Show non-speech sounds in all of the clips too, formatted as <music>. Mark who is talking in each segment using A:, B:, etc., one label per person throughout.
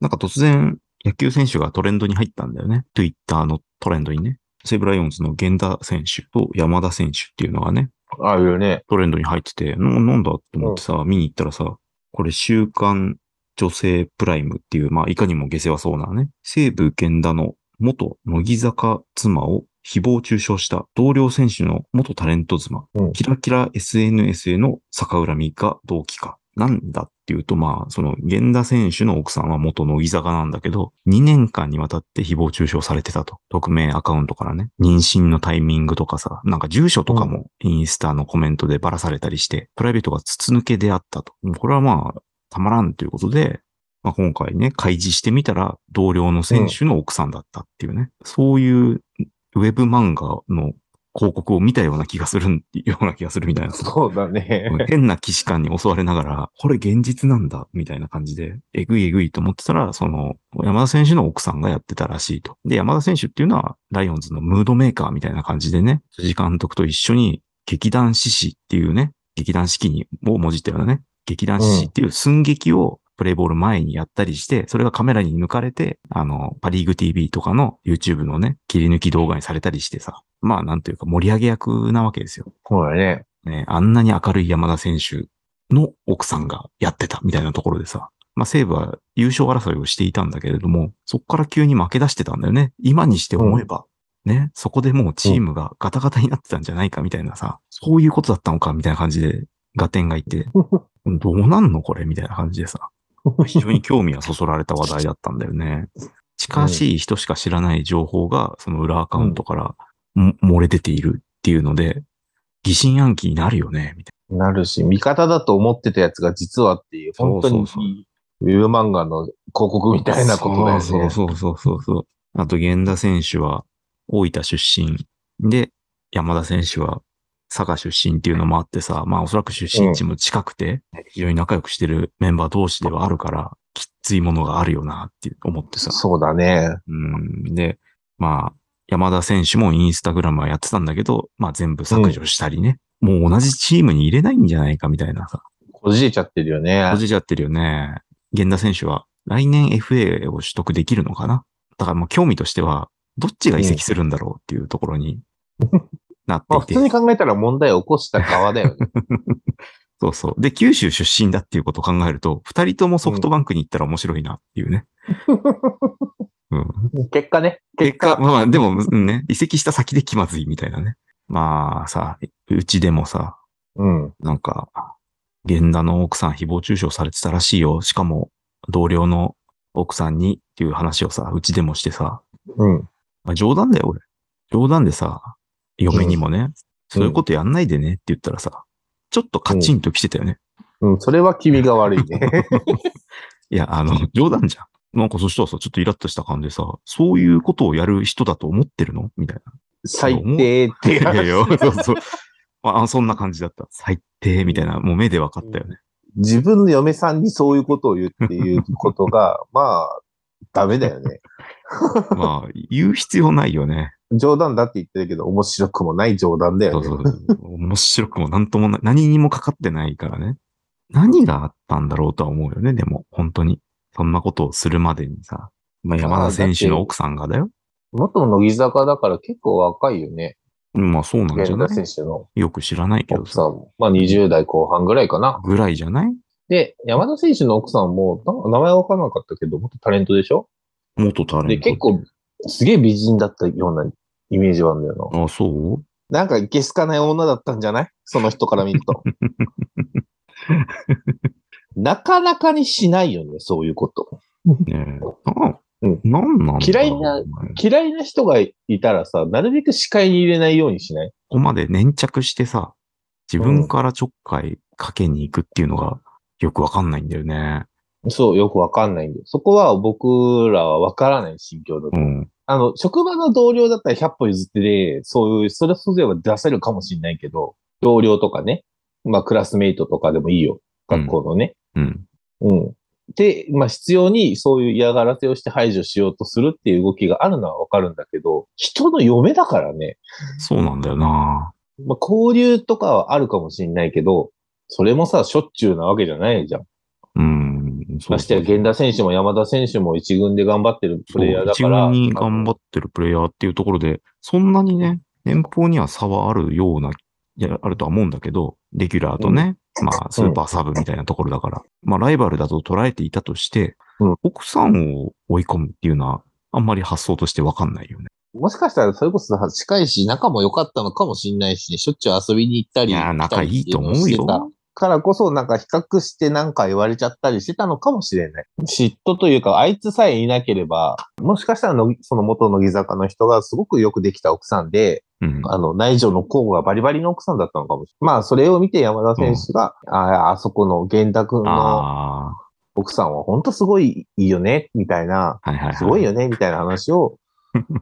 A: なんか突然野球選手がトレンドに入ったんだよね。Twitter のトレンドにね。西武ライオンズの源田選手と山田選手っていうのがね、
B: ああいうね。
A: トレンドに入ってて、ななんだと思ってさ、見に行ったらさ、これ週刊女性プライムっていう、まあいかにも下世話そうなね、西武源田の元乃木坂妻を誹謗中傷した同僚選手の元タレント妻、
B: うん
A: キラキラ SNS への逆恨みか同期か。なんだっていうと、まあ、その、源田選手の奥さんは元乃木坂なんだけど、2年間にわたって誹謗中傷されてたと。匿名アカウントからね。妊娠のタイミングとかさ、なんか住所とかもインスタのコメントでばらされたりして、プライベートが筒抜けであったと。これはまあ、たまらんということで、まあ、今回ね、開示してみたら、同僚の選手の奥さんだったっていうね。そういうウェブ漫画の広告を見たような気がするん、ような気がするみたいな。
B: そうだね。
A: 変な既視感に襲われながら、これ現実なんだ、みたいな感じで、えぐいえぐいと思ってたら、その、山田選手の奥さんがやってたらしいと。で、山田選手っていうのは、ライオンズのムードメーカーみたいな感じでね、辻監督と一緒に、劇団獅子っていうね、劇団四季に、をもじったようなね、劇団獅子っていう寸劇を、プレイボール前にやったりして、それがカメラに抜かれて、あの、パリーグ TV とかの YouTube のね、切り抜き動画にされたりしてさ、まあなんというか盛り上げ役なわけですよ。
B: そう
A: <laughs>
B: だね。
A: ね、あんなに明るい山田選手の奥さんがやってたみたいなところでさ、まあ西武は優勝争いをしていたんだけれども、そこから急に負け出してたんだよね。今にして思えば、ね、そこでもうチームがガタガタになってたんじゃないかみたいなさ、そういうことだったのかみたいな感じで、ガテンがいて、どうなんのこれみたいな感じでさ、非常に興味がそそられた話題だったんだよね。近しい人しか知らない情報が、その裏アカウントからも漏れ出ているっていうので、疑心暗鬼になるよね、みたい
B: なるし、味方だと思ってたやつが実はっていう、
A: そ
B: 本
A: うそ
B: 当
A: うそう
B: にウェブ漫画の広告み
A: な。
B: たいなことだよね。
A: そうそうそうそうそう。あと、源田選手は大分出身で、山田選手は佐賀出身っていうのもあってさ、まあおそらく出身地も近くて、非常に仲良くしてるメンバー同士ではあるから、きっついものがあるよなって思ってさ。
B: そうだね。
A: うん。で、まあ、山田選手もインスタグラムはやってたんだけど、まあ全部削除したりね。もう同じチームに入れないんじゃないかみたいなさ。
B: こじれちゃってるよね
A: 閉。じちゃってるよね。源田選手は来年 FA を取得できるのかなだからまあ興味としては、どっちが移籍するんだろうっていうところになっ
B: ま <laughs> あ
A: て
B: 普
A: いて。
B: 通に考えたら問題を起こした側だよね。
A: そうそう。で、九州出身だっていうことを考えると、二人ともソフトバンクに行ったら面白いなっていうね。うん、
B: 結果ね。
A: <laughs> 結果、まあまあ、でも、うんね、移籍した先で気まずいみたいなね。まあさ、うちでもさ、
B: うん。
A: なんか、源田の奥さん誹謗中傷されてたらしいよ。しかも、同僚の奥さんにっていう話をさ、うちでもしてさ、
B: うん。
A: まあ、冗談だよ、俺。冗談でさ、嫁にもね、そういうことやんないでねって言ったらさ、ちょっとカチンと来てたよね。
B: うん。それは君が悪い
A: <laughs>
B: ね。
A: いや、あの、冗談じゃん。なんかそしたらさ、ちょっとイラッとした感じでさ、そういうことをやる人だと思ってるのみたいな。
B: 最低っ
A: い
B: ていう
A: やいや <laughs>
B: 話。、
A: そうそう。まあ、そんな感じだった。最低みたいな、もう目で分かったよね。
B: 自分の嫁さんにそういうことを言うっていうことが、まあ、ダメだよね。
A: まあ、言う必要ないよね。
B: 冗談だって言ってるけど、面白くもない冗談だ
A: そ
B: よ
A: う
B: ね。
A: そうそう。面白くもなんともない。何にもかかってないからね。何があったんだろうとは思うよね、でも、本当に。そんなことをするまでにさ。まあ、山田選手の奥さんがだよ。
B: 元乃木坂だから結構若いよね。
A: まあ、そうなんじゃな
B: 源田
A: い
B: 選手の
A: よく知らないけど
B: 奥
A: さ。
B: さんも。まあ20代後半ぐらいかな。
A: ぐらいじゃない
B: で、山田選手の奥さんも、な名前わからなかったけど、元タレントでしょ
A: 元タレント。
B: で、結。構、すげえ美人だったようなイメージはあるんだよ
A: あ、そう
B: な。なんか、いけすかない女だったんじゃないその人から見る
A: <laughs>
B: と。なかなかにしないよね、そういうこと。
A: ねえ。な、
B: うん
A: なんなんだろう
B: 嫌いな嫌いな人がいたらさ、なるべく視界に入れないようにしない
A: ここまで粘着してさ、自分からちょっかいかけに行くっていうのがよくわかんないんだよね。
B: そう、よくわかんないんで。そこは僕らはわからない心境だと。
A: うん。
B: あの、職場の同僚だったら100歩譲ってで、そういう、それそれは出せるかもしれないけど、同僚とかね、まあクラスメイトとかでもいいよ。学校のね。
A: うん。
B: うん。で、まあ必要にそういう嫌がらせをして排除しようとするっていう動きがあるのはわかるんだけど、人の嫁だからね。
A: そうなんだよな。
B: まあ交流とかはあるかもしれないけど、それもさ、しょっちゅうなわけじゃないじゃん。
A: うん。そう
B: ましてや、源田選手も山田選手も一軍で頑張ってるプレイヤーだ
A: 一
B: から。
A: 軍に頑張
B: っ
A: ってるプレイヤーっていうところで、そんなにね、年俸には差はあるような、いや、あるとは思うんだけど、レギュラーとね、まあ、スーパーサブみたいなところだから、まあ、ライバルだと捉えていたとして、
B: うん
A: 奥さんを追い込むっていうのは、あんまり発想としてわかんないよね。
B: もしかしたら、それこそさ近いし、仲も良かったのかもしれないし、しょっちゅう遊びに行ったり。
A: いやー
B: 来た
A: 仲
B: り
A: いいと思うよ
B: ってのをしてたからこそ、なんか比較してなんか言われちゃったりしてたのかもしれない。嫉妬というか、あいつさえいなければ、もしかしたらの、その元乃木坂の人がすごくよくできた奥さんで、
A: うん。
B: あの、内情の候補がバリバリの奥さんだったのかもしれない。まあ、それを見て山田選手が、ああそこの源田君の
A: あ
B: 奥さんは本当すごいいいよね、みたいな、
A: あ、はいはい、はい。
B: すごいよね、みたいな話
A: <laughs>
B: を、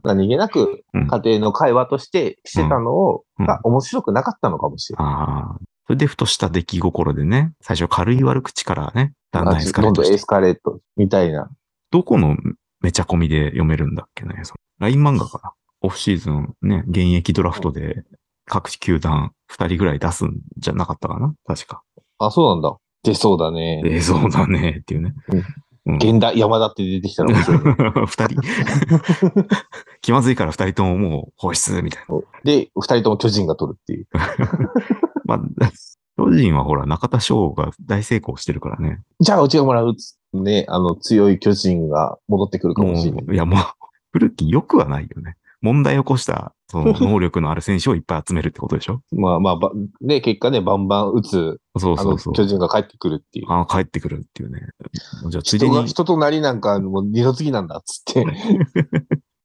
B: 何気なく
A: うん
B: 家庭の会話としてしてたのを、
A: うん
B: が面白くなかったのかもしれない。
A: ああ。それで、ふとした出来心でね、最初軽い悪口からね、だんだんエスカレ
B: ど
A: ー
B: ん
A: ト
B: ど
A: し
B: ん
A: て
B: エスカレート、みたいな。
A: どこのめちゃ込みで読めるんだっけね。その LINE 漫画かな。オフシーズンね、現役ドラフトで各球団2人ぐらい出すんじゃなかったかな確か。
B: あ、そうなんだ。出そうだね。
A: ええ、そうだね、っていうね。うん <laughs>
B: 源田、山田って出てきたら面白い。
A: 2人。 <laughs> 気まずいから2人とももう放出みたいな。
B: で、二人とも巨人が取るっていう。
A: まあ、巨人はほら、中田翔が大成功してるからね。
B: じゃあ、うちがもらうっつってね、あの、強い巨人が戻ってくるか
A: も、
B: もしれないう
A: いやもう、古き良くはないよね。問題を起こした、その能力のある選手をいっぱい集めるってことで
B: <laughs>
A: しょ
B: まあまあば、で、結果ね、バンバン打つ、
A: そう
B: あ
A: そ
B: の、
A: うそう。
B: 巨人が帰ってくるっていう。
A: ああ、帰ってくるっていうね。じゃあ、ついで
B: 人が、
A: に、
B: 人となりなんか、もう二度次なんだ、っつって。